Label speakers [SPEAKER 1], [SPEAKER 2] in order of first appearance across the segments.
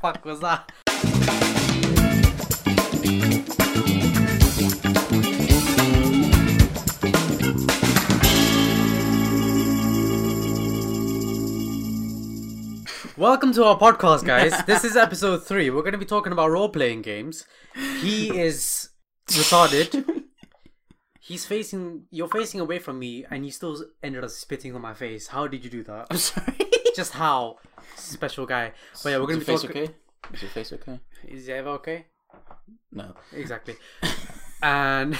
[SPEAKER 1] fuck was that? Welcome to our podcast, guys. this is episode three. We're going to be talking about role playing games. He is retarded. He's facing. You're facing away from me, and you still ended up spitting on my face. How did you do that?
[SPEAKER 2] I'm sorry.
[SPEAKER 1] just how special guy. But yeah, we're gonna
[SPEAKER 2] Is
[SPEAKER 1] be
[SPEAKER 2] your face
[SPEAKER 1] talking.
[SPEAKER 2] okay? Is your face okay?
[SPEAKER 1] Is Eva okay?
[SPEAKER 2] No.
[SPEAKER 1] Exactly. and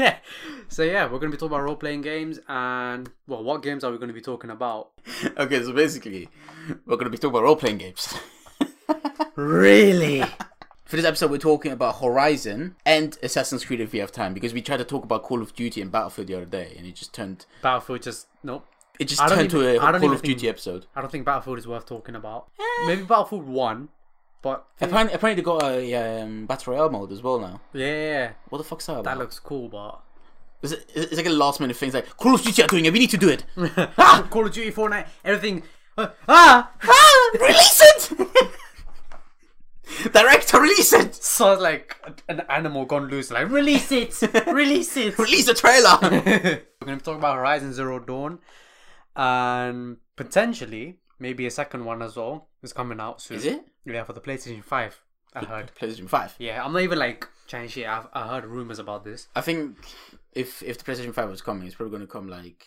[SPEAKER 1] so yeah, we're gonna be talking about role playing games and well, what games are we gonna be talking about?
[SPEAKER 2] Okay, so basically, we're going to be talking about role playing games.
[SPEAKER 1] Really?
[SPEAKER 2] For this episode, we're talking about Horizon and Assassin's Creed if we have time, because we tried to talk about Call of Duty and Battlefield the other day, and it just turned
[SPEAKER 1] Battlefield just nope.
[SPEAKER 2] it just
[SPEAKER 1] I don't
[SPEAKER 2] turned
[SPEAKER 1] even-
[SPEAKER 2] to
[SPEAKER 1] I
[SPEAKER 2] a
[SPEAKER 1] don't
[SPEAKER 2] Call
[SPEAKER 1] even
[SPEAKER 2] of Duty
[SPEAKER 1] think-
[SPEAKER 2] episode.
[SPEAKER 1] I don't think Battlefield is worth talking about. Maybe Battlefield One, but
[SPEAKER 2] Apparently, apparently, they got a um, battle royale mode as well now.
[SPEAKER 1] yeah, yeah,
[SPEAKER 2] What the fuck's that?
[SPEAKER 1] that
[SPEAKER 2] About?
[SPEAKER 1] looks cool, but.
[SPEAKER 2] It's, it's like a last minute thing. It's like Call of Duty are doing it. We need to do it.
[SPEAKER 1] ah! Call of Duty, Fortnite, everything. Uh, ah!
[SPEAKER 2] ah, release it. Director, release it.
[SPEAKER 1] Sounds like an animal gone loose. Like release it, release it.
[SPEAKER 2] Release the trailer.
[SPEAKER 1] We're going to talk about Horizon Zero Dawn and potentially maybe a second one as well is coming out soon.
[SPEAKER 2] Is it?
[SPEAKER 1] Yeah, for the PlayStation 5. I heard.
[SPEAKER 2] PlayStation Five.
[SPEAKER 1] Yeah, I'm not even like chatting shit. I've, I heard rumors about this.
[SPEAKER 2] I think if if the PlayStation Five was coming, it's probably going to come like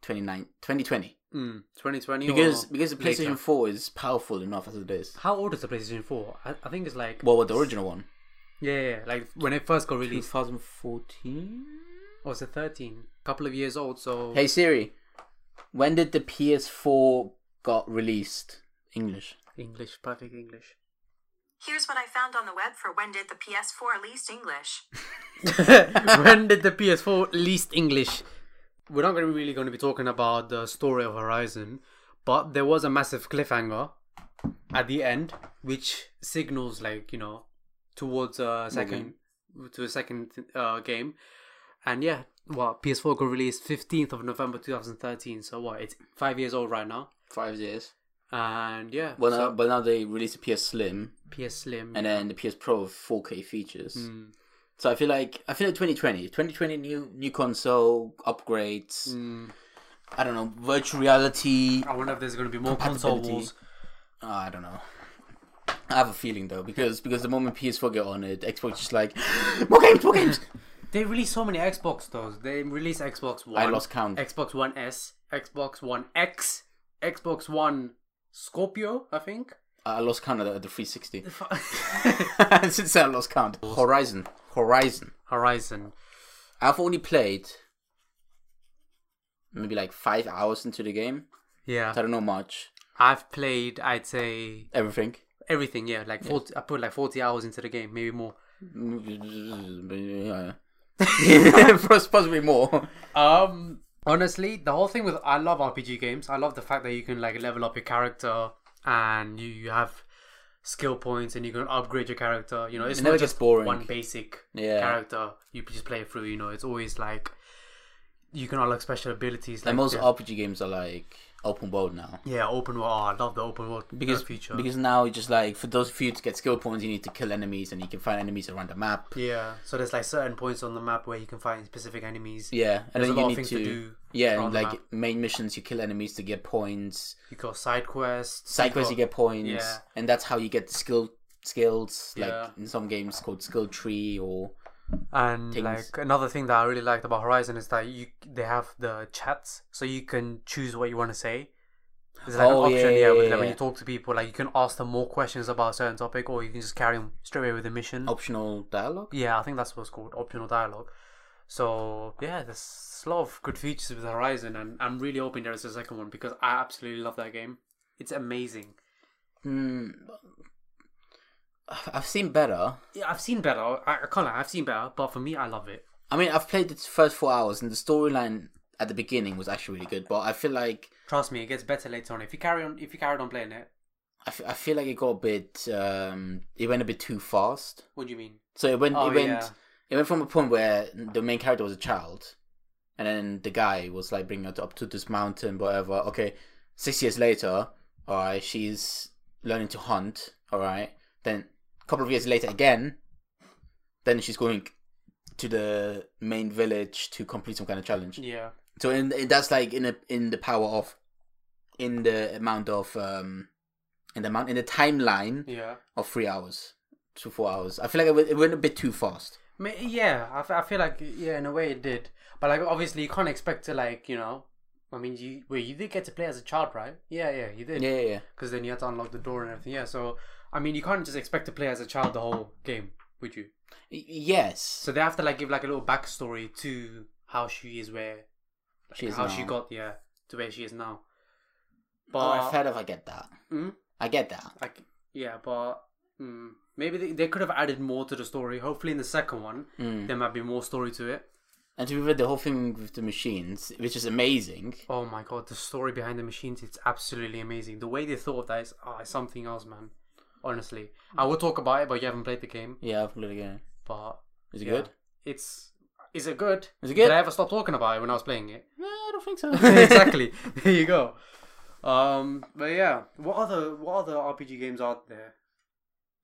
[SPEAKER 2] 29 2020.
[SPEAKER 1] Mm, 2020
[SPEAKER 2] because
[SPEAKER 1] or
[SPEAKER 2] because the PlayStation
[SPEAKER 1] later.
[SPEAKER 2] Four is powerful enough as it is.
[SPEAKER 1] How old is the PlayStation 4? I, I think it's like.
[SPEAKER 2] Well, what the original one?
[SPEAKER 1] Yeah, yeah, yeah, like when it first got released.
[SPEAKER 2] 2014.
[SPEAKER 1] Or was it 13? couple of years old, so.
[SPEAKER 2] Hey Siri, when did the PS4 got released? English.
[SPEAKER 1] English, perfect English.
[SPEAKER 3] Here's what I found on the web for when did the PS4 least English.
[SPEAKER 1] when did the PS4 least English? We're not gonna be really going to be talking about the story of Horizon, but there was a massive cliffhanger at the end, which signals like you know towards a second to a second uh, game, and yeah, well, PS4 got released fifteenth of November two thousand thirteen. So what? It's five years old right now,
[SPEAKER 2] Five years.
[SPEAKER 1] and yeah,
[SPEAKER 2] Well, now,
[SPEAKER 1] so
[SPEAKER 2] but now they released the PS Slim
[SPEAKER 1] PS Slim.
[SPEAKER 2] and then the PS Pro with 4K features. So I feel like I feel like 2020, 2020 new new console upgrades. I don't know virtual reality.
[SPEAKER 1] I wonder if there's going to be more console
[SPEAKER 2] Compatibility.
[SPEAKER 1] wars.
[SPEAKER 2] Oh, I don't know. I have a feeling though because because the moment PS4 get on it, Xbox is like more games, more games.
[SPEAKER 1] They released so many Xbox though. They released Xbox One.
[SPEAKER 2] lost count.
[SPEAKER 1] Xbox One S, Xbox One X, Xbox One Scorpio, I think.
[SPEAKER 2] I lost count at the 360.
[SPEAKER 1] F-
[SPEAKER 2] Since then, I lost count. Horizon, Horizon.
[SPEAKER 1] Horizon.
[SPEAKER 2] I've only played maybe like five hours into the game.
[SPEAKER 1] Yeah.
[SPEAKER 2] So I don't know much.
[SPEAKER 1] I've played, I'd say,
[SPEAKER 2] Everything.
[SPEAKER 1] everything. Yeah, like 40, I put like 40 hours into the game, maybe more.
[SPEAKER 2] Yeah. Possibly more.
[SPEAKER 1] Um, honestly, the whole thing with I love RPG games. I love the fact that you can like level up your character and you, you have skill points and you can upgrade your character. You know, it's
[SPEAKER 2] It
[SPEAKER 1] not
[SPEAKER 2] never
[SPEAKER 1] just
[SPEAKER 2] gets boring.
[SPEAKER 1] one basic
[SPEAKER 2] Yeah.
[SPEAKER 1] character. You just play it through. You know, it's always like you can unlock special abilities. Like
[SPEAKER 2] And most
[SPEAKER 1] yeah,
[SPEAKER 2] RPG games are like open world now.
[SPEAKER 1] yeah, open world. Oh, I love the open world
[SPEAKER 2] Because,
[SPEAKER 1] feature.
[SPEAKER 2] because now it's just like for those for you to get skill points, you need to kill enemies, and you can find enemies around the map.
[SPEAKER 1] yeah, so there's like certain points on the map where you can find specific enemies.
[SPEAKER 2] Yeah, and
[SPEAKER 1] There's
[SPEAKER 2] then
[SPEAKER 1] a lot
[SPEAKER 2] you
[SPEAKER 1] of
[SPEAKER 2] need
[SPEAKER 1] things to do
[SPEAKER 2] yeah,
[SPEAKER 1] around
[SPEAKER 2] and
[SPEAKER 1] the
[SPEAKER 2] like
[SPEAKER 1] map.
[SPEAKER 2] main missions, you kill enemies to get points.
[SPEAKER 1] You got side quests.
[SPEAKER 2] Side quests, you
[SPEAKER 1] got-
[SPEAKER 2] get points,
[SPEAKER 1] yeah.
[SPEAKER 2] and that's how you get the skill skills. Like
[SPEAKER 1] Yeah.
[SPEAKER 2] in some games called skill tree or
[SPEAKER 1] And
[SPEAKER 2] things.
[SPEAKER 1] like another thing that I really liked about Horizon is that you they have the chats, so you can choose what you want to say. There's like
[SPEAKER 2] Oh,
[SPEAKER 1] an
[SPEAKER 2] yeah,
[SPEAKER 1] option
[SPEAKER 2] yeah,
[SPEAKER 1] here with,
[SPEAKER 2] yeah,
[SPEAKER 1] like, when
[SPEAKER 2] yeah.
[SPEAKER 1] you talk to people, like you can ask them more questions about a certain topic, or you can just carry them straight away with the mission.
[SPEAKER 2] Oh. optional dialogue.
[SPEAKER 1] Yeah, I think that's what's called optional dialogue. So yeah, there's a lot of good features with Horizon, and I'm really hoping there is a second one because I absolutely love that game. It's amazing.
[SPEAKER 2] Hmm. I've- I've seen better.
[SPEAKER 1] Yeah, I've seen better. I, I can't lie, I've seen better, but for me, I love it.
[SPEAKER 2] I mean, I've played the first four hours, and the storyline at the beginning was actually really good. But I feel like
[SPEAKER 1] Trust me, it gets better later on. If you carry on, if you carried on playing it,
[SPEAKER 2] I, f- I feel like it got a bit. Um, it went a bit too fast.
[SPEAKER 1] what do you mean?
[SPEAKER 2] So it went.
[SPEAKER 1] Oh,
[SPEAKER 2] it went.
[SPEAKER 1] yeah.
[SPEAKER 2] It went from a point where the main character was a child, and then the guy was like bringing her up to this mountain, whatever. Okay, six years later, alright, she's learning to hunt, all right. Then a couple of years later again, then she's going to the main village to complete some kind of challenge.
[SPEAKER 1] Yeah.
[SPEAKER 2] So in, in- that's like in a, in the power of in the amount of um in the amount in the timeline
[SPEAKER 1] Yeah.
[SPEAKER 2] of 3 hours to 4 hours. I feel like it went, it went a bit too fast.
[SPEAKER 1] Ma- Yeah, I, f- I feel like yeah, in a way it did, but like obviously you can't expect to like you know, I mean you well you did get to play as a child, right? Yeah, yeah, you did.
[SPEAKER 2] Yeah, yeah, yeah.
[SPEAKER 1] Because then you had to unlock the door and everything. Yeah, so I mean you can't just expect to play as a child the whole game, would you?
[SPEAKER 2] Y- Yes.
[SPEAKER 1] So they have to like give like a little backstory to how she is where, like,
[SPEAKER 2] She is
[SPEAKER 1] how
[SPEAKER 2] now.
[SPEAKER 1] she got yeah to where she is now. But
[SPEAKER 2] Oh, I've heard of I get that. Mm-hmm.
[SPEAKER 1] Mm?
[SPEAKER 2] I get that.
[SPEAKER 1] like yeah, but mm, maybe they, they could have added more to the story. Hopefully in the second one
[SPEAKER 2] Mm.
[SPEAKER 1] there might be more story to it.
[SPEAKER 2] And to be fair, the whole thing with the machines, which is amazing.
[SPEAKER 1] Oh my god, the story behind the machines, it's absolutely amazing. The way they thought of that is oh, it's something else, man. Honestly. I will talk about it, but you haven't played the game.
[SPEAKER 2] Yeah, I've played again.
[SPEAKER 1] But
[SPEAKER 2] Is it
[SPEAKER 1] yeah,
[SPEAKER 2] good?
[SPEAKER 1] It's is it good?
[SPEAKER 2] Is it
[SPEAKER 1] Did
[SPEAKER 2] good?
[SPEAKER 1] I ever stop talking about it when I was playing it?
[SPEAKER 2] No, I don't think so.
[SPEAKER 1] exactly. There you go. Um but yeah. What other what other RPG games are there?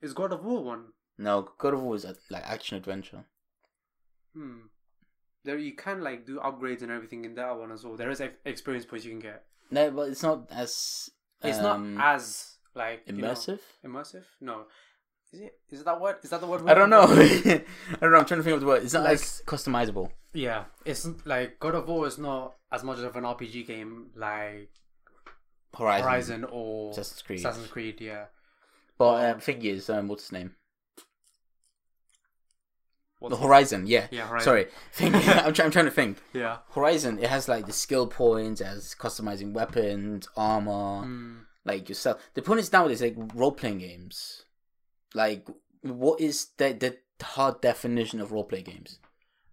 [SPEAKER 1] Is God of War one?
[SPEAKER 2] No, God of War is uh, like action adventure.
[SPEAKER 1] Hmm. There you can like do upgrades and everything in that one as well. There is ex- experience points you can get.
[SPEAKER 2] No, but it's not as.
[SPEAKER 1] It's
[SPEAKER 2] um,
[SPEAKER 1] not as like you know-
[SPEAKER 2] immersive.
[SPEAKER 1] Immersive? No. Is it? Is that what? Is that the word? we're
[SPEAKER 2] I don't know.
[SPEAKER 1] looking for?
[SPEAKER 2] I don't know. I'm trying to think of the word. It's not
[SPEAKER 1] Like-
[SPEAKER 2] as customizable.
[SPEAKER 1] yeah, it's like God of War is not as much of an RPG game like
[SPEAKER 2] Horizon.
[SPEAKER 1] Horizon or
[SPEAKER 2] Assassin's Creed.
[SPEAKER 1] Assassin's Creed, yeah.
[SPEAKER 2] But um, thing is, um, what's his name?
[SPEAKER 1] What's
[SPEAKER 2] the Horizon. Yeah.
[SPEAKER 1] Yeah, Horizon.
[SPEAKER 2] Sorry. Thing, I'm, try- I'm trying to think.
[SPEAKER 1] Yeah.
[SPEAKER 2] Horizon. It has like the skill points, it has customizing weapons, armor,
[SPEAKER 1] Mm. Hmm.
[SPEAKER 2] like yourself. The point is nowadays like role playing games. Like, what is the the hard definition of role play games?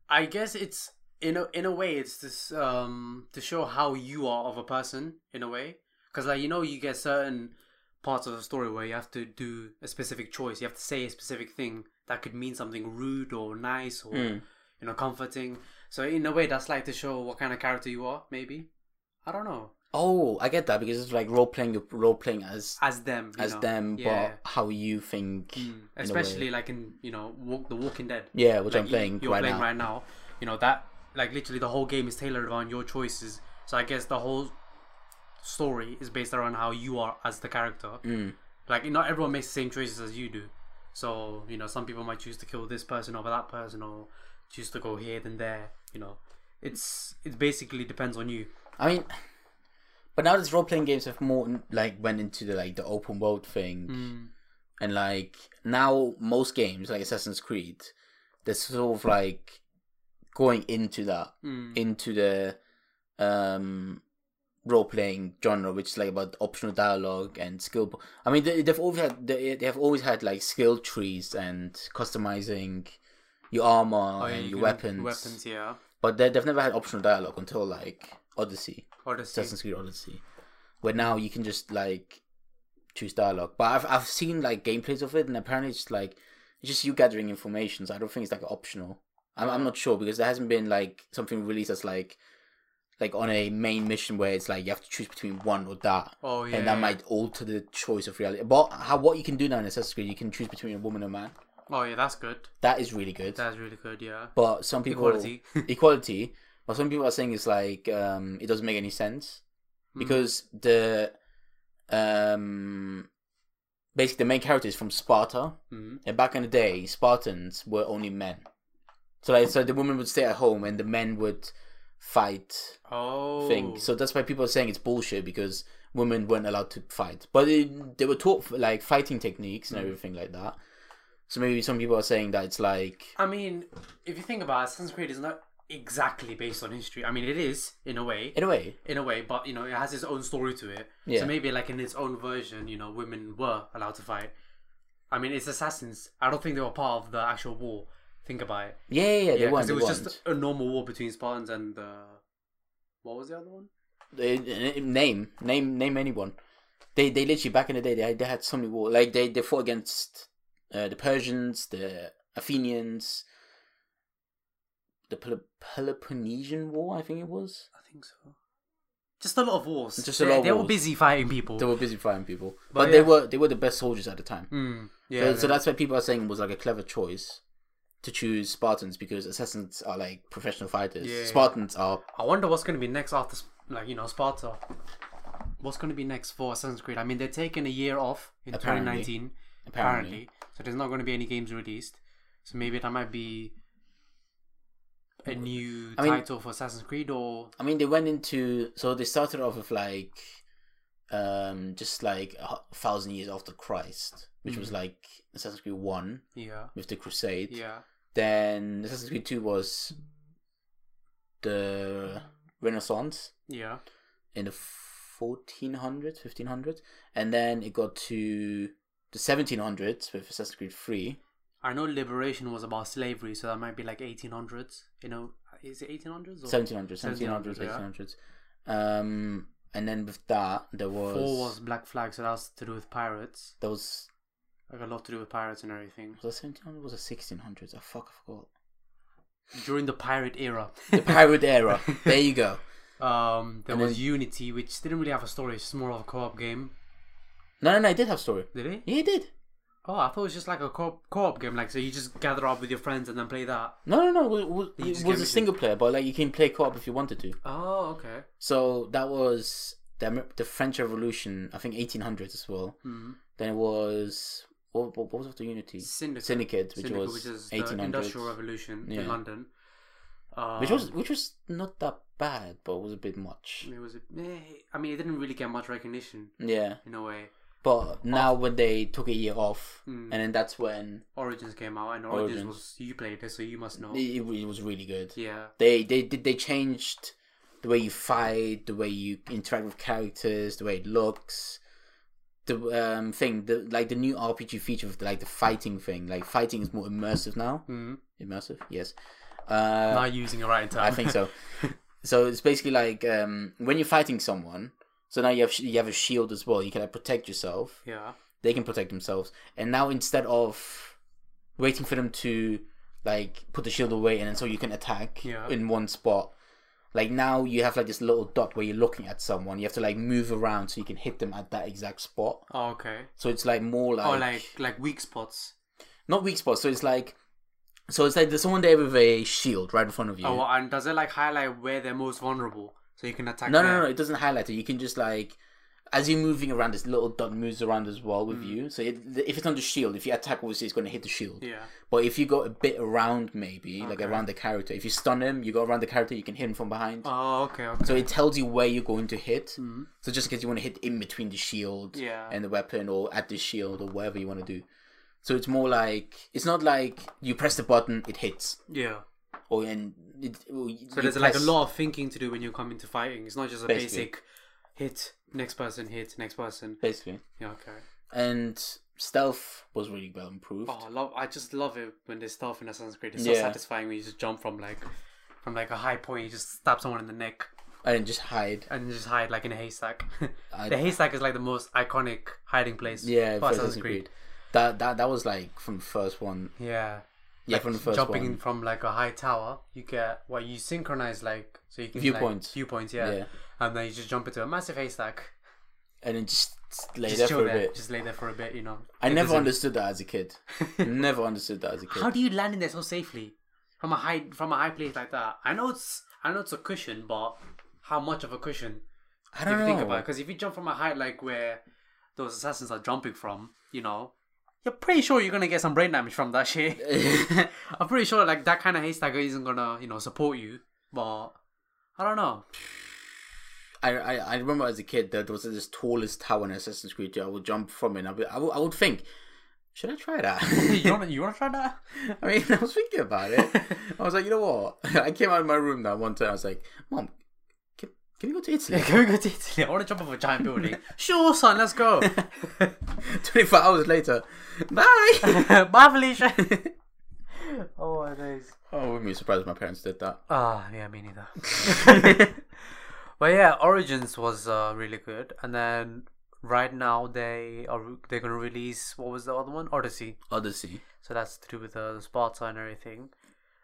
[SPEAKER 1] I guess it's in a in a way it's this um to show how you are of a person in a way because like you know you get certain parts of the story where you have to do a specific choice you have to say a specific thing that could mean something rude or nice or
[SPEAKER 2] Hmm.
[SPEAKER 1] you know comforting so in a way that's like to show what kind of character you are maybe i don't know
[SPEAKER 2] Oh, I get that because it's like role playing. You're role playing as
[SPEAKER 1] as them you
[SPEAKER 2] as
[SPEAKER 1] know.
[SPEAKER 2] them,
[SPEAKER 1] yeah. Hmm. Mm.
[SPEAKER 2] but how you think. in a way.
[SPEAKER 1] especially like in you know walk, the walking dead
[SPEAKER 2] Yeah, which
[SPEAKER 1] like
[SPEAKER 2] I'm
[SPEAKER 1] you-
[SPEAKER 2] playing,
[SPEAKER 1] you're
[SPEAKER 2] right,
[SPEAKER 1] playing
[SPEAKER 2] now.
[SPEAKER 1] right now. You know that like literally the whole game is tailored around your choices. So I guess the whole story is based around how you are as the character.
[SPEAKER 2] Mm.
[SPEAKER 1] Like not everyone makes the same choices as you do. So you know some people might choose to kill this person over that person, or choose to go here than there. You know, it's it basically depends on you.
[SPEAKER 2] I mean, but now these role playing games have more like went into the like the open world thing,
[SPEAKER 1] Hmm.
[SPEAKER 2] and like now most games like Assassin's Creed, they're sort of like going into that
[SPEAKER 1] Hmm.
[SPEAKER 2] into the um role playing genre, which is like about optional dialogue and skill. po- I mean, they, they've always had they, they have always had like skill trees and customizing your
[SPEAKER 1] Oh,
[SPEAKER 2] armor and your weapons,
[SPEAKER 1] weapons, yeah.
[SPEAKER 2] but they, they've never had optional dialogue until like Odyssey.
[SPEAKER 1] Or the same.
[SPEAKER 2] Assassin's Creed Odyssey, where now you can just like choose dialogue. But I've I've seen like gameplays of it, and apparently it's just like it's just you gathering information. So I don't think it's like optional. I'm I'm not sure because there hasn't been like something released that's like like on a main mission where it's like you have to choose between one or that.
[SPEAKER 1] Oh, yeah,
[SPEAKER 2] and that
[SPEAKER 1] yeah.
[SPEAKER 2] might alter the choice of reality. But how what you can do now in Assassin's Creed, you can choose between a woman and a man.
[SPEAKER 1] Oh yeah, that's good.
[SPEAKER 2] That is really good.
[SPEAKER 1] That's really good. Yeah.
[SPEAKER 2] but some people
[SPEAKER 1] Equality.
[SPEAKER 2] equality. What some people are saying is like um, it doesn't make any sense because the um, basically the main character is from Sparta,
[SPEAKER 1] Mhm.
[SPEAKER 2] and back in the day, Spartans were only men. So like, so the women would stay at home and the men would fight
[SPEAKER 1] Oh.
[SPEAKER 2] thing. So that's why people are saying it's bullshit because women weren't allowed to fight, but it, they were taught like fighting techniques and everything like that. So maybe some people are saying that it's like
[SPEAKER 1] I mean, if you think about it, Assassin's Creed is not exactly based on history. I mean, it is in a way,
[SPEAKER 2] in a way
[SPEAKER 1] in a way, but you know, it has its own story to it.
[SPEAKER 2] Yeah.
[SPEAKER 1] So maybe, like in its own version, you know, women were allowed to fight. I mean, it's assassins. I don't think they were part of the actual war. Think about it.
[SPEAKER 2] Yeah, yeah, yeah, they
[SPEAKER 1] Yeah,
[SPEAKER 2] won.
[SPEAKER 1] because
[SPEAKER 2] They
[SPEAKER 1] it was
[SPEAKER 2] won.
[SPEAKER 1] just a normal war between Spartans and uh, what was the other one?
[SPEAKER 2] They- n- n- name, name, name anyone. They, they literally back in the day they had, they had so many wars. Like they, they fought against uh, the Persians, the Athenians, the Pel- Peloponnesian War, I think it was.
[SPEAKER 1] I think so. Just a lot of wars.
[SPEAKER 2] Just a
[SPEAKER 1] they,
[SPEAKER 2] lot of
[SPEAKER 1] they were
[SPEAKER 2] wars.
[SPEAKER 1] busy fighting people.
[SPEAKER 2] They were busy fighting people, but,
[SPEAKER 1] But
[SPEAKER 2] they
[SPEAKER 1] yeah.
[SPEAKER 2] were they were the best soldiers at the time.
[SPEAKER 1] Mm,
[SPEAKER 2] So-
[SPEAKER 1] yeah.
[SPEAKER 2] so that's why people are saying it was like a clever choice to choose Spartans because assassins are like professional fighters.
[SPEAKER 1] Yeah.
[SPEAKER 2] Spartans are
[SPEAKER 1] I wonder what's going to be next after, like you know, Sparta. What's going to be next for Assassin's Creed? I mean, they're taking a year off in
[SPEAKER 2] Apparently.
[SPEAKER 1] 2019, apparently.
[SPEAKER 2] apparently.
[SPEAKER 1] So there's not going to be any games released. So maybe that might be a new
[SPEAKER 2] I mean-
[SPEAKER 1] title for Assassin's Creed, or
[SPEAKER 2] I mean, they went into so they started off with like, um, just like a hu- thousand years after Christ, which was like Assassin's Creed One
[SPEAKER 1] yeah,
[SPEAKER 2] with the Crusade.
[SPEAKER 1] Mm. yeah,
[SPEAKER 2] Then Assassin's Creed Two was the Renaissance
[SPEAKER 1] yeah,
[SPEAKER 2] in the 1400s, 1500s, and then it got to the 1700s with Assassin's Creed Three.
[SPEAKER 1] I know Liberation was about slavery, so that might be like 1800s. You know, is it 1800s? Or?
[SPEAKER 2] 1700s, 1700s,
[SPEAKER 1] 1700s, yeah.
[SPEAKER 2] 1800s. Um, and then with that, there was,
[SPEAKER 1] Four was Black Flag, so that's to do with pirates.
[SPEAKER 2] there was
[SPEAKER 1] Like a lot to do with pirates and everything
[SPEAKER 2] was it 1700s? Was it 1600s? I fuck, I forgot.
[SPEAKER 1] during the pirate era.
[SPEAKER 2] The pirate era. There you go.
[SPEAKER 1] Um, there
[SPEAKER 2] And
[SPEAKER 1] was
[SPEAKER 2] then-
[SPEAKER 1] Unity, which didn't really have a story. It's just more of a co-op game.
[SPEAKER 2] No, no, no. It did have story.
[SPEAKER 1] Did it?
[SPEAKER 2] Yeah, it did.
[SPEAKER 1] Oh, I thought it was just like a co- co-op game. Like, so you just gather up with your friends and then play that.
[SPEAKER 2] No, no, no. It was,
[SPEAKER 1] You
[SPEAKER 2] it
[SPEAKER 1] just
[SPEAKER 2] was
[SPEAKER 1] gave
[SPEAKER 2] a
[SPEAKER 1] it to-
[SPEAKER 2] single player, but like you can play co-op if you wanted to.
[SPEAKER 1] Oh, okay.
[SPEAKER 2] So that was the, Amer- the French Revolution. I think 1800s as well.
[SPEAKER 1] Mhm.
[SPEAKER 2] Then it was what, what, what was after Unity?
[SPEAKER 1] Syndicate.
[SPEAKER 2] Syndicate, which
[SPEAKER 1] Syndicate,
[SPEAKER 2] was
[SPEAKER 1] which is the
[SPEAKER 2] 1800s,
[SPEAKER 1] Industrial Revolution
[SPEAKER 2] Yeah.
[SPEAKER 1] in London. Um,
[SPEAKER 2] which was which was not that bad, but was a bit much.
[SPEAKER 1] It was. a- eh, I mean, it didn't really get much recognition
[SPEAKER 2] Yeah,
[SPEAKER 1] in a way.
[SPEAKER 2] but now when they took a year off,
[SPEAKER 1] Mm.
[SPEAKER 2] and then that's when
[SPEAKER 1] Origins came out, and Origins,
[SPEAKER 2] Origins.
[SPEAKER 1] was you played it, so you must know.
[SPEAKER 2] it, it was really good.
[SPEAKER 1] Yeah.
[SPEAKER 2] They they did they changed the way you fight, the way you interact with characters, the way it looks. The um thing, the like the new RPG feature of the, like the fighting thing, like fighting is more immersive now.
[SPEAKER 1] Mm.
[SPEAKER 2] Immersive, yes. Uh,
[SPEAKER 1] Not using it right in time.
[SPEAKER 2] I think so. so it's basically like um when you're fighting someone, so now you have sh- you have a shield as well. You can like, protect yourself.
[SPEAKER 1] yeah.
[SPEAKER 2] They can protect themselves, and now instead of waiting for them to like put the shield away and then so you can attack
[SPEAKER 1] Yeah.
[SPEAKER 2] in one spot. Like now you have like this little dot where you're looking at someone. You have to like move around so you can hit them at that exact spot.
[SPEAKER 1] Oh, okay.
[SPEAKER 2] So it's like more like
[SPEAKER 1] Or like like weak spots.
[SPEAKER 2] not weak spots. So it's like so it's like there's someone there with a shield right in front of you.
[SPEAKER 1] Oh, well, and does it like highlight where they're most vulnerable, so you can attack?
[SPEAKER 2] No,
[SPEAKER 1] there?
[SPEAKER 2] no, no. It doesn't highlight it. You can just like, as you're moving around, this little dot moves around as well
[SPEAKER 1] Mm.
[SPEAKER 2] with you. So it, if it's on the shield, if you attack, obviously it's going to hit the shield.
[SPEAKER 1] Yeah.
[SPEAKER 2] But if you go a bit around, maybe like
[SPEAKER 1] Okay.
[SPEAKER 2] around the character, if you stun him, you go around the character, you can hit him from behind.
[SPEAKER 1] Oh, okay, okay.
[SPEAKER 2] so it tells you where you're going to hit. So just in case you want to hit in between the shield
[SPEAKER 1] Yeah.
[SPEAKER 2] and the weapon, or at the shield, or whatever you want to do. So it's more like it's not like you press the button, it hits,
[SPEAKER 1] yeah.
[SPEAKER 2] or and it, or
[SPEAKER 1] So there's like a lot of thinking to do when you come into fighting. It's not just a
[SPEAKER 2] Basically.
[SPEAKER 1] basic hit, next person, hit, next person.
[SPEAKER 2] basically.
[SPEAKER 1] Yeah, okay.
[SPEAKER 2] and stealth was really well improved.
[SPEAKER 1] Oh, I love. I just love it when there's stuff in Assassin's Creed. It's so
[SPEAKER 2] Yeah.
[SPEAKER 1] satisfying when you just jump from like, from like a high point. You just stab someone in the neck
[SPEAKER 2] I didn't just hide.
[SPEAKER 1] and just hide like in a haystack.
[SPEAKER 2] I-
[SPEAKER 1] the haystack is like the most iconic hiding place.
[SPEAKER 2] Yeah,
[SPEAKER 1] for
[SPEAKER 2] for
[SPEAKER 1] Assassin's Creed.
[SPEAKER 2] That that that was like from the first one.
[SPEAKER 1] Yeah.
[SPEAKER 2] Yeah, from the first
[SPEAKER 1] jumping
[SPEAKER 2] one.
[SPEAKER 1] in from like a high tower, you get well, you synchronize like so you can
[SPEAKER 2] Viewpoints.
[SPEAKER 1] like, viewpoints, yeah.
[SPEAKER 2] Yeah.
[SPEAKER 1] and then you just jump into a massive haystack,
[SPEAKER 2] and then just lay
[SPEAKER 1] just
[SPEAKER 2] there
[SPEAKER 1] chill
[SPEAKER 2] for a
[SPEAKER 1] there,
[SPEAKER 2] bit.
[SPEAKER 1] just lay there for a bit, you know.
[SPEAKER 2] I
[SPEAKER 1] It
[SPEAKER 2] never
[SPEAKER 1] doesn't-
[SPEAKER 2] understood that as a kid. never understood that as a kid.
[SPEAKER 1] How do you land in there so safely from a high from a high place like that? I know it's I know it's a cushion, but how much of a cushion?
[SPEAKER 2] I
[SPEAKER 1] If
[SPEAKER 2] don't
[SPEAKER 1] you
[SPEAKER 2] know.
[SPEAKER 1] think about it, because if you jump from a height like where those assassins are jumping from, you know. You're pretty sure you're gonna get some brain damage from that shit. I'm pretty sure like that kind of haystack isn't gonna, you know, support you. But I don't know.
[SPEAKER 2] I, I I remember as a kid that there was this tallest tower in Assassin's Creed. I would jump from it. And I would I would, I would think, should I try that?
[SPEAKER 1] you want to you want to try that?
[SPEAKER 2] I mean, I was thinking about it. I was like, you know what? I came out of my room that one time. I was like, Mom, can, can we go to Italy?
[SPEAKER 1] Can we go to Italy? I want to jump off a giant building. sure, son, let's go.
[SPEAKER 2] 24 hours later, bye!
[SPEAKER 1] Bye, Felicia. oh my days.
[SPEAKER 2] oh, I wouldn't be surprised if my parents did that.
[SPEAKER 1] Ah, yeah, me neither. but yeah, Origins was uh, really good, and then right now they are they're gonna release what was the other one, Odyssey.
[SPEAKER 2] Odyssey.
[SPEAKER 1] So that's to do with uh, the Sparta and everything.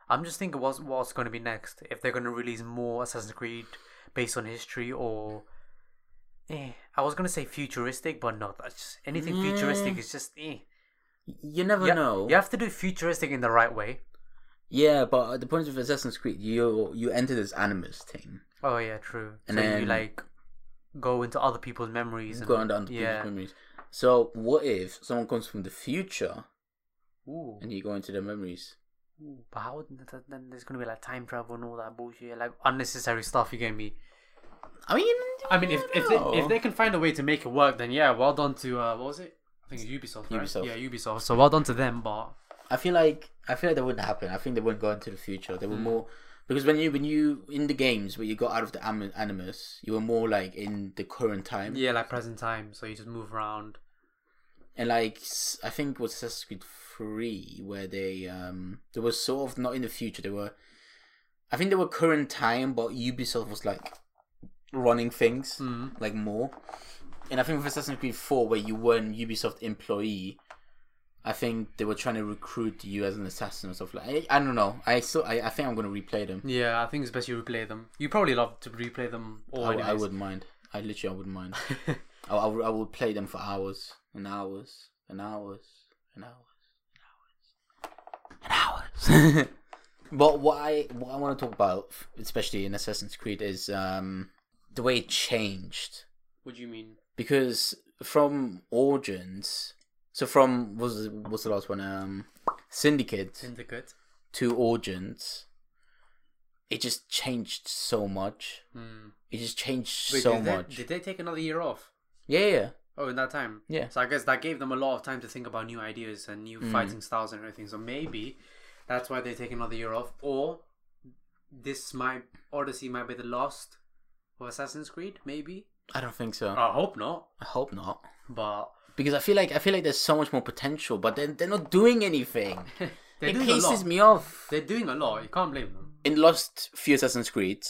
[SPEAKER 1] I'm just thinking what's what's going to be next if they're going to release more Assassin's Creed
[SPEAKER 4] based on history or. Eh, I was gonna say futuristic, but no. That's just, anything futuristic is just eh.
[SPEAKER 2] You never
[SPEAKER 4] Yeah,
[SPEAKER 2] know.
[SPEAKER 4] You have to do futuristic in the right way.
[SPEAKER 2] Yeah, but at the point of Assassin's Creed, you you enter this animus thing.
[SPEAKER 4] Oh yeah, true.
[SPEAKER 2] And
[SPEAKER 4] so you
[SPEAKER 2] then-
[SPEAKER 4] like go into other people's memories. And,
[SPEAKER 2] going down to
[SPEAKER 4] yeah.
[SPEAKER 2] people's memories. So what if someone comes from the future
[SPEAKER 4] Ooh,
[SPEAKER 2] and you go into their memories?
[SPEAKER 4] ooh, but how would th- th- then there's gonna be like time travel and all that bullshit, like unnecessary stuff. You get me?
[SPEAKER 2] I mean,
[SPEAKER 1] I mean, if if
[SPEAKER 2] No.
[SPEAKER 1] they, if they can find a way to make it work, then yeah, well done to uh, what was it? I think it's Ubisoft. Right?
[SPEAKER 2] Ubisoft.
[SPEAKER 1] Yeah, Ubisoft. So well done to them, but
[SPEAKER 2] I feel like I feel like that wouldn't happen. I think they wouldn't go into the future.
[SPEAKER 1] Hmm.
[SPEAKER 2] They were more because when you when you in the games where you got out of the anim- animus, you were more like in the current time.
[SPEAKER 1] yeah, like present time. So you just move around.
[SPEAKER 2] and like s- I think it was Assassin's Creed Three, where they um they were sort of not in the future. They were, I think they were current time, but Ubisoft was like running things like more. And I think with Assassin's Creed Four, where you were an Ubisoft employee, I think they were trying to recruit you as an assassin or stuff like. I, I don't know. I still I, I think I'm gonna replay them.
[SPEAKER 1] Yeah, I think it's best you replay them. You probably love to replay them. All
[SPEAKER 2] I, I
[SPEAKER 1] anyways.
[SPEAKER 2] wouldn't mind. I literally I wouldn't mind. I, I, would- I would play them for hours and hours and hours and hours and hours and hours. but what I what I want to talk about, especially in Assassin's Creed, is um, the way it changed
[SPEAKER 1] What do you mean?
[SPEAKER 2] because from Origins, so from what was what's the last one? Um, Syndicate
[SPEAKER 1] Syndicate.
[SPEAKER 2] to Origins, it just changed so much. It just changed
[SPEAKER 1] Hmm. Wait,
[SPEAKER 2] so
[SPEAKER 1] did they-
[SPEAKER 2] much.
[SPEAKER 1] did they take another year off?
[SPEAKER 2] Yeah, yeah.
[SPEAKER 1] Oh, in that time.
[SPEAKER 2] Yeah. Mm.
[SPEAKER 1] So I guess that gave them a lot of time to think about new ideas and new fighting styles and everything. So maybe that's why they take another year off, or this might Odyssey might be the last of Assassin's Creed. Maybe.
[SPEAKER 2] I don't think so.
[SPEAKER 1] I hope not.
[SPEAKER 2] I hope not.
[SPEAKER 1] But
[SPEAKER 2] Because I feel like I feel like there's so much more potential, but then they're not doing anything.
[SPEAKER 1] they're
[SPEAKER 2] it
[SPEAKER 1] doing a
[SPEAKER 2] pisses
[SPEAKER 1] lot.
[SPEAKER 2] me off.
[SPEAKER 1] They're doing a lot. You can't blame them.
[SPEAKER 2] In Lost Few Assassin's Creed,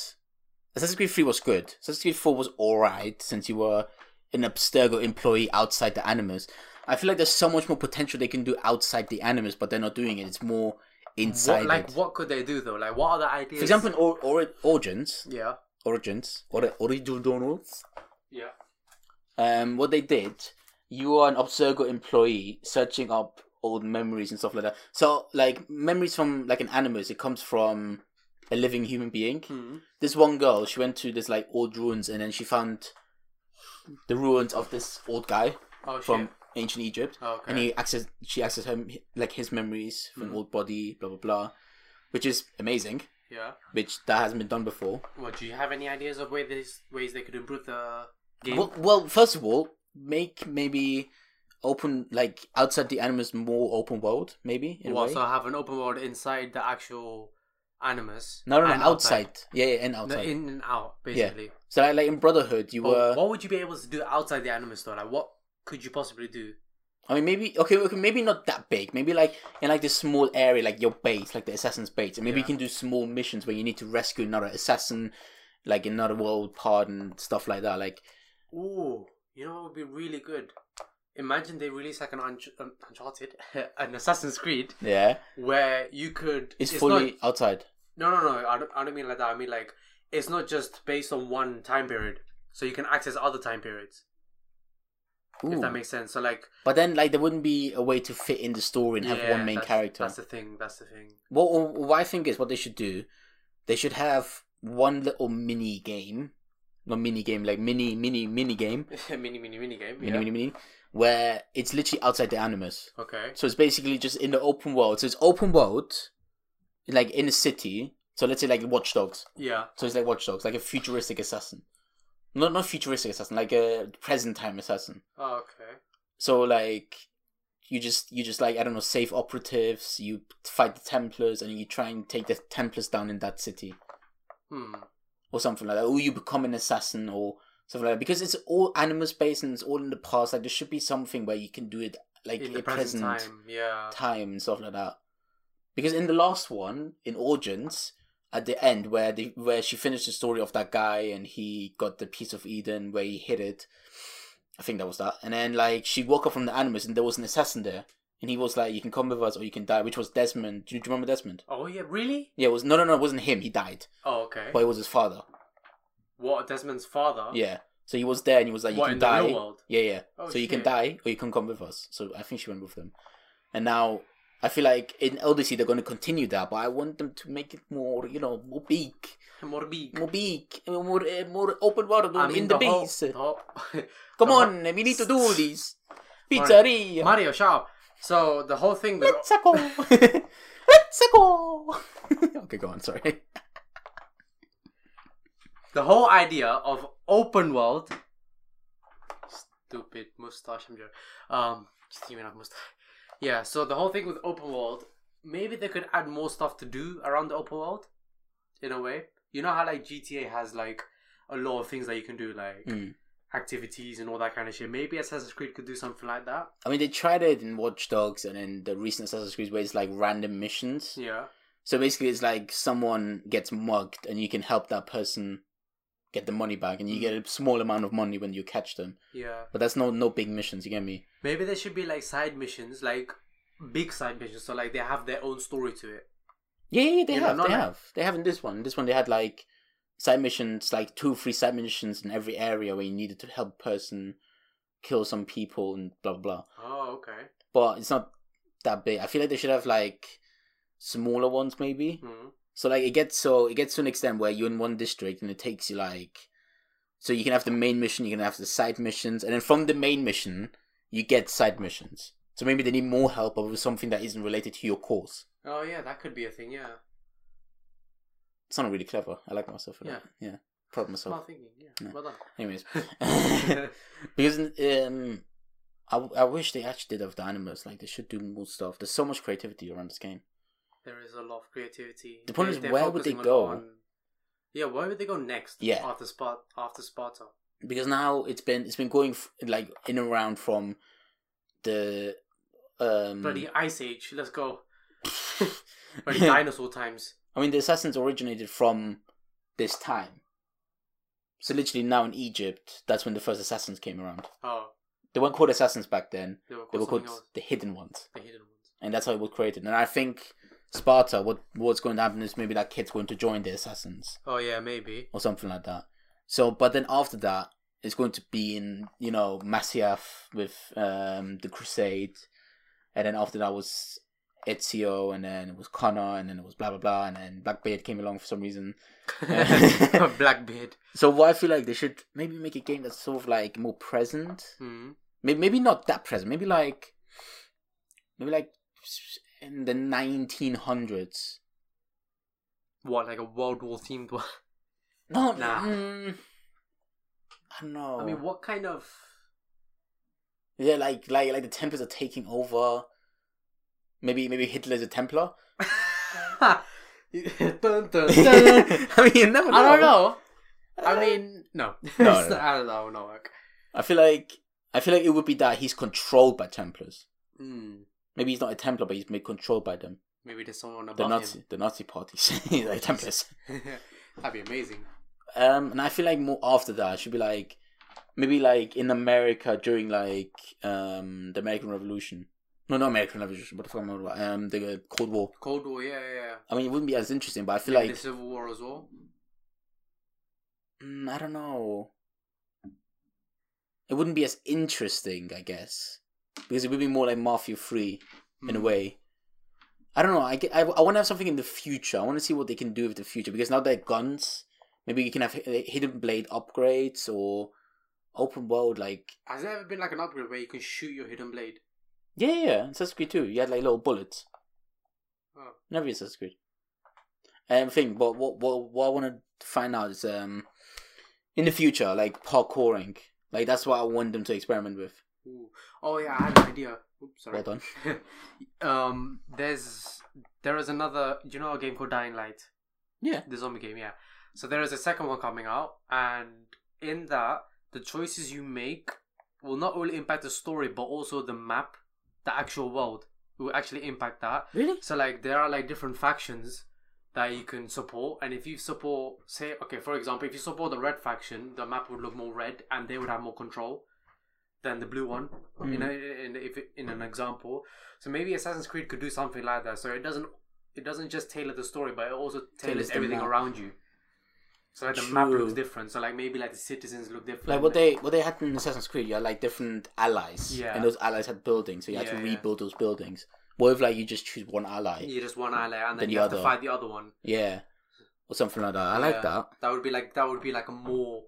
[SPEAKER 2] Assassin's Creed 3 was good. Assassin's Creed 4 was alright since you were an Abstergo employee outside the Animus. I feel like there's so much more potential they can do outside the Animus, but they're not doing it. It's more inside.
[SPEAKER 1] What, like,
[SPEAKER 2] it.
[SPEAKER 1] what could they do though? Like, what other ideas?
[SPEAKER 2] For example, in or- or- Origins,
[SPEAKER 1] Yeah.
[SPEAKER 2] Origins, or- Origins,
[SPEAKER 1] Yeah.
[SPEAKER 2] um, what they did, you are an Obsergo employee searching up old memories and stuff like that. So, like, memories from, like, an animus, it comes from a living human being. This one girl, she went to this, like, old ruins and then she found the ruins of this old guy
[SPEAKER 1] Oh shit.
[SPEAKER 2] from ancient Egypt.
[SPEAKER 1] Okay.
[SPEAKER 2] And he accessed, she accessed him, like, his memories from old body, blah, blah, blah, which is amazing,
[SPEAKER 1] yeah.
[SPEAKER 2] which that hasn't been done before.
[SPEAKER 1] Well, do you have any ideas of ways ways they could improve the game?
[SPEAKER 2] Well, well, first of all, make maybe open like outside the animus more open world, maybe in a
[SPEAKER 1] Well,
[SPEAKER 2] way.
[SPEAKER 1] so have an open world inside the actual animus.
[SPEAKER 2] no, no, no,
[SPEAKER 1] and
[SPEAKER 2] outside. Yeah, yeah, and
[SPEAKER 1] No,
[SPEAKER 2] outside.
[SPEAKER 1] in and out,
[SPEAKER 2] yeah.
[SPEAKER 1] basically.
[SPEAKER 2] So like, like in Brotherhood, you
[SPEAKER 1] But
[SPEAKER 2] were.
[SPEAKER 1] what would you be able to do outside the animus though? Like, what could you possibly do?
[SPEAKER 2] I mean, maybe okay, okay, maybe not that big. Maybe like in like this small area, like your base, like the assassin's base, and maybe you
[SPEAKER 1] Yeah.
[SPEAKER 2] can do small missions where you need to rescue another assassin, like another world part and stuff like that. Like
[SPEAKER 1] Ooh, you know what would be really good? Imagine they release like an Unch- um, Uncharted, an Assassin's Creed,
[SPEAKER 2] yeah,
[SPEAKER 1] where you could.
[SPEAKER 2] it's,
[SPEAKER 1] not-
[SPEAKER 2] fully outside.
[SPEAKER 1] No, no, no. I don't, I don't mean like that. I mean like it's not just based on one time period, so you can access other time periods. If
[SPEAKER 2] Ooh.
[SPEAKER 1] that makes sense. So like,
[SPEAKER 2] But then like there wouldn't be a way to fit in the story and have
[SPEAKER 1] yeah,
[SPEAKER 2] one main
[SPEAKER 1] that's-
[SPEAKER 2] character.
[SPEAKER 1] That's the thing. That's the thing.
[SPEAKER 2] What, what I think is what they should do, they should have one little mini game, not mini game, like mini, mini, mini game,
[SPEAKER 1] mini, mini, mini game.
[SPEAKER 2] mini,
[SPEAKER 1] yeah.
[SPEAKER 2] mini, mini, where it's literally outside the animus.
[SPEAKER 1] Okay.
[SPEAKER 2] So it's basically just in the open world. So it's open world, like in a city. So let's say like Watch Dogs.
[SPEAKER 1] Yeah.
[SPEAKER 2] So it's like Watch Dogs, like a futuristic assassin. Not not futuristic assassin, like a present time assassin.
[SPEAKER 1] Oh, okay.
[SPEAKER 2] So like you just you just like I don't know, save operatives, you fight the Templars and you try and take the Templars down in that city.
[SPEAKER 1] Hmm.
[SPEAKER 2] or something like that, or you become an assassin or something like that. Because it's all animus based and it's all in the past. Like there should be something where you can do it like
[SPEAKER 1] In
[SPEAKER 2] in
[SPEAKER 1] the
[SPEAKER 2] a present,
[SPEAKER 1] present, time, yeah.
[SPEAKER 2] time and stuff like that. Because in the last one, in Origins, at the end where the where she finished the story of that guy and he got the piece of Eden where he hid it. I think that was that. And then like she woke up from the animus and there was an assassin there. And he was like, You can come with us or you can die, which was Desmond. Do you, do you remember Desmond?
[SPEAKER 1] Oh yeah, really?
[SPEAKER 2] Yeah, it was no no no, it wasn't him, he died.
[SPEAKER 1] Oh okay.
[SPEAKER 2] But it was his father.
[SPEAKER 1] what Desmond's father.
[SPEAKER 2] Yeah. So he was there and he was like, you
[SPEAKER 1] What,
[SPEAKER 2] can
[SPEAKER 1] in the
[SPEAKER 2] die.
[SPEAKER 1] real world?
[SPEAKER 2] Yeah, yeah.
[SPEAKER 1] Oh,
[SPEAKER 2] so you can
[SPEAKER 1] shit.
[SPEAKER 2] die or you can come with us. So I think she went with them. And now I feel like in Odyssey they're going to continue that, but I want them to make it more, you know, more big,
[SPEAKER 1] Morbig.
[SPEAKER 2] more big, more, uh, more open world
[SPEAKER 1] I
[SPEAKER 2] in
[SPEAKER 1] mean,
[SPEAKER 2] the,
[SPEAKER 1] whole-
[SPEAKER 2] base.
[SPEAKER 1] the whole-
[SPEAKER 2] Come
[SPEAKER 1] the whole-
[SPEAKER 2] on, eh, we need to do this.
[SPEAKER 1] Alright.
[SPEAKER 2] Pizzeria.
[SPEAKER 1] Mario, sharp. So the whole thing with
[SPEAKER 2] Let's go. Let's go. okay, go on. Sorry.
[SPEAKER 1] the whole idea of open world. Stupid mustache, I'm joking. Um, Steven have mustache. Yeah. So the whole thing with open world, maybe they could add more stuff to do around the open world, in a way. You know how like GTA has like a lot of things that you can do, like
[SPEAKER 2] Mm.
[SPEAKER 1] activities and all that kind of shit. Maybe Assassin's Creed could do something like that.
[SPEAKER 2] I mean, they tried it in Watch Dogs and in the recent Assassin's Creed where it's like random missions.
[SPEAKER 1] Yeah.
[SPEAKER 2] So basically, it's like someone gets mugged, and you can help that person get the money back, and you get a small amount of money when you catch them.
[SPEAKER 1] Yeah.
[SPEAKER 2] But that's no no big missions. You get me?
[SPEAKER 1] Maybe there should be like side missions, like big side missions. So like they have their own story to it.
[SPEAKER 2] Yeah, yeah, yeah, they
[SPEAKER 1] Yeah,
[SPEAKER 2] have,
[SPEAKER 1] no,
[SPEAKER 2] they
[SPEAKER 1] no.
[SPEAKER 2] have, they have in this one. In this one, they had like side missions, like two, three side missions in every area where you needed to help a person kill some people and blah blah blah.
[SPEAKER 1] Oh, okay.
[SPEAKER 2] But it's not that big. I feel like they should have like smaller ones, maybe.
[SPEAKER 1] Mm.
[SPEAKER 2] So like it gets so it gets to an extent where you're in one district and it takes you like so you can have the main mission, you can have the side missions, and then from the main mission you get side missions. So maybe they need more help over something that isn't related to your course.
[SPEAKER 1] Oh yeah, that could be a thing. Yeah.
[SPEAKER 2] It's not really clever. I like myself for that. Yeah. Proud of
[SPEAKER 1] Smart
[SPEAKER 2] myself.
[SPEAKER 1] thinking. Yeah.
[SPEAKER 2] Yeah.
[SPEAKER 1] Well done.
[SPEAKER 2] Anyways. because um I, I wish they actually did have the animals. Like they should do more stuff. There's so much creativity around this game.
[SPEAKER 1] there is a lot of creativity.
[SPEAKER 2] The problem is,
[SPEAKER 1] they're
[SPEAKER 2] where would they
[SPEAKER 1] focusing
[SPEAKER 2] go?
[SPEAKER 1] yeah, where would they go next?
[SPEAKER 2] Yeah.
[SPEAKER 1] After Spart after Sparta.
[SPEAKER 2] because now it's been it's been going f- like in and around from the um
[SPEAKER 1] Bloody Ice Age. Let's go. Bloody dinosaur times.
[SPEAKER 2] I mean the assassins originated from this time. So literally now in Egypt, that's when the first assassins came around.
[SPEAKER 1] Oh,
[SPEAKER 2] They weren't called assassins back then.
[SPEAKER 1] they were
[SPEAKER 2] They were
[SPEAKER 1] called
[SPEAKER 2] called
[SPEAKER 1] something else.
[SPEAKER 2] the hidden ones.
[SPEAKER 1] The hidden ones.
[SPEAKER 2] And that's how it was created. And I think Sparta, what what's going to happen is maybe that kid's going to join the assassins
[SPEAKER 1] Oh yeah, maybe.
[SPEAKER 2] or something like that. So but then after that it's going to be in, you know, Masyaf with um the Crusade and then after that was Ezio, and then it was Connor, and then it was blah blah blah, and then Blackbeard came along for some reason.
[SPEAKER 1] Blackbeard.
[SPEAKER 2] So what I feel like they should maybe make a game that's sort of like more present,
[SPEAKER 1] Hmm.
[SPEAKER 2] maybe maybe not that present, maybe like maybe like in the nineteen hundreds.
[SPEAKER 1] What like a World War themed one?
[SPEAKER 2] No,
[SPEAKER 1] Nah.
[SPEAKER 2] mm, I don't know.
[SPEAKER 1] I mean, what kind of?
[SPEAKER 2] yeah, like like like the Templars are taking over. Maybe maybe Hitler's a Templar.
[SPEAKER 1] Dun, dun, dun.
[SPEAKER 2] I mean, you never.
[SPEAKER 1] I don't know. I mean, no,
[SPEAKER 2] No, no, no.
[SPEAKER 1] Uh, I don't know. No, like,
[SPEAKER 2] I feel like I feel like it would be that he's controlled by Templars.
[SPEAKER 1] mm,
[SPEAKER 2] Maybe he's not a Templar, but he's made controlled by them.
[SPEAKER 1] maybe there's someone
[SPEAKER 2] The
[SPEAKER 1] above
[SPEAKER 2] Nazi, the Nazi parties, like Templars.
[SPEAKER 1] him. That'd be amazing.
[SPEAKER 2] Um, and I feel like more after that it should be like maybe like in America during like um the American Revolution. No, not American Revolution. What the fuck am I on about? Um, the Cold War.
[SPEAKER 1] Cold War, yeah, yeah, yeah.
[SPEAKER 2] I mean, it wouldn't be as interesting, but I feel
[SPEAKER 1] Maybe
[SPEAKER 2] like
[SPEAKER 1] the Civil War as well.
[SPEAKER 2] mm, I don't know. It wouldn't be as interesting, I guess, because it would be more like Mafia Free in a way. I don't know. I, get- I, want to have something in the future. I want to see what they can do with the future because now they're guns. Maybe you can have hi- hidden blade upgrades or open world like
[SPEAKER 1] Has there ever been like an upgrade where you can shoot your hidden blade?
[SPEAKER 2] yeah yeah. yeah. In Assassin's Creed too. You had like little bullets.
[SPEAKER 1] Oh.
[SPEAKER 2] Never in Assassin's Creed. Um, thing, but what what what I want to find out is um, in the future like parkouring. Like that's what I want them to experiment with.
[SPEAKER 1] Ooh. Oh yeah, I had an idea. Oops, sorry.
[SPEAKER 2] Well done.
[SPEAKER 1] um, there's there is another. Do you know a game called Dying Light?
[SPEAKER 2] Yeah.
[SPEAKER 1] The zombie game, yeah. So there is a second one coming out, and in that, the choices you make will not only impact the story, but also the map, the actual world. It will actually impact that.
[SPEAKER 2] Really?
[SPEAKER 1] So like there are like different factions that you can support, and if you support, say, okay, for example, if you support the red faction, the map would look more red, and they would have more control than the blue one.
[SPEAKER 2] Mm.
[SPEAKER 1] In a, in if it- in an example, so maybe Assassin's Creed could do something like that. So it doesn't it doesn't just tailor the story, but it also tailors
[SPEAKER 2] the
[SPEAKER 1] everything
[SPEAKER 2] map.
[SPEAKER 1] around you. So like the map
[SPEAKER 2] True.
[SPEAKER 1] looks different. So like maybe like the citizens look different.
[SPEAKER 2] Like what they what they had in Assassin's Creed, you had like different allies,
[SPEAKER 1] Yeah.
[SPEAKER 2] and those allies had buildings, so you had
[SPEAKER 1] Yeah,
[SPEAKER 2] to
[SPEAKER 1] yeah.
[SPEAKER 2] rebuild those buildings. What if like you just choose one ally, yeah,
[SPEAKER 1] you just one ally and then
[SPEAKER 2] Then
[SPEAKER 1] you
[SPEAKER 2] the
[SPEAKER 1] have to
[SPEAKER 2] other.
[SPEAKER 1] fight the other one.
[SPEAKER 2] or something like that? I
[SPEAKER 1] Yeah.
[SPEAKER 2] like that.
[SPEAKER 1] That would be like that would be like a more.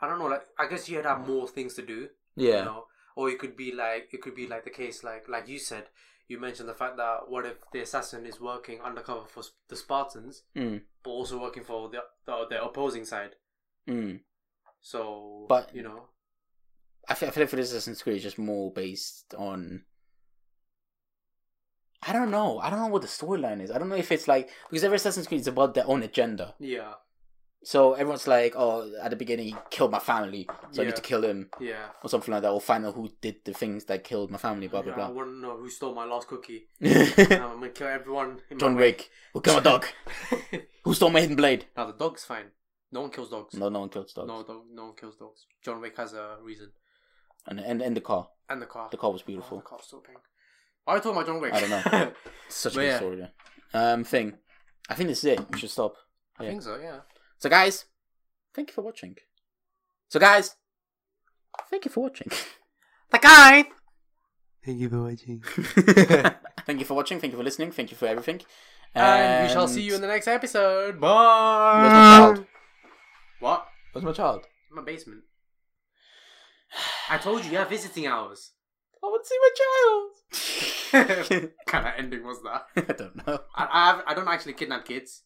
[SPEAKER 1] I don't know. Like I guess you'd have more things to do.
[SPEAKER 2] Yeah,
[SPEAKER 1] you know or it could be like it could be like the case like like you said you mentioned the fact that what if the assassin is working undercover for s- the spartans
[SPEAKER 2] Mm.
[SPEAKER 1] but also working for the, the the opposing side
[SPEAKER 2] mm.
[SPEAKER 1] so
[SPEAKER 2] But-
[SPEAKER 1] you know
[SPEAKER 2] I feel, I feel like for this Assassin's Creed, it's just more based on. I don't know. I don't know what the storyline is. I don't know if it's like because every Assassin's Creed is about their own agenda.
[SPEAKER 1] yeah
[SPEAKER 2] So everyone's like, "Oh, at the beginning, he killed my family, so I
[SPEAKER 1] Yeah.
[SPEAKER 2] need to kill him,"
[SPEAKER 1] yeah
[SPEAKER 2] or something like that, or find out who did the things that killed my family. Blah blah
[SPEAKER 1] I
[SPEAKER 2] blah.
[SPEAKER 1] want to know who stole my last cookie.
[SPEAKER 2] John
[SPEAKER 1] I'm gonna kill everyone. In my way.
[SPEAKER 2] Wick, who killed my dog? Who stole my hidden blade?
[SPEAKER 1] now the dog's fine. No one kills dogs.
[SPEAKER 2] No, no one killed dogs.
[SPEAKER 1] No, dog, no one kills dogs. John Wick has a reason.
[SPEAKER 2] And, and and the car.
[SPEAKER 1] And the car.
[SPEAKER 2] The car was
[SPEAKER 1] Oh,
[SPEAKER 2] beautiful.
[SPEAKER 1] the car's so pink. Are you talking about John Wick?
[SPEAKER 2] I don't know. Such a
[SPEAKER 1] But
[SPEAKER 2] good
[SPEAKER 1] yeah.
[SPEAKER 2] story. Yeah. Um, thing. I think this is it. We should stop.
[SPEAKER 1] I
[SPEAKER 2] Yeah.
[SPEAKER 1] think so. Yeah.
[SPEAKER 2] So guys, thank you for watching. So guys, thank you for watching.
[SPEAKER 4] The guy.
[SPEAKER 2] thank you for watching. Thank you for listening. Thank you for everything.
[SPEAKER 1] And we shall see you in the next episode.
[SPEAKER 2] Where's my
[SPEAKER 1] Bye.
[SPEAKER 2] child?
[SPEAKER 1] What?
[SPEAKER 2] Where's my child?
[SPEAKER 1] My basement. I told you, yeah, visiting hours.
[SPEAKER 2] I want to see my child.
[SPEAKER 1] kind of ending was that?
[SPEAKER 2] I don't know.
[SPEAKER 1] I, I, have, I don't actually kidnap kids.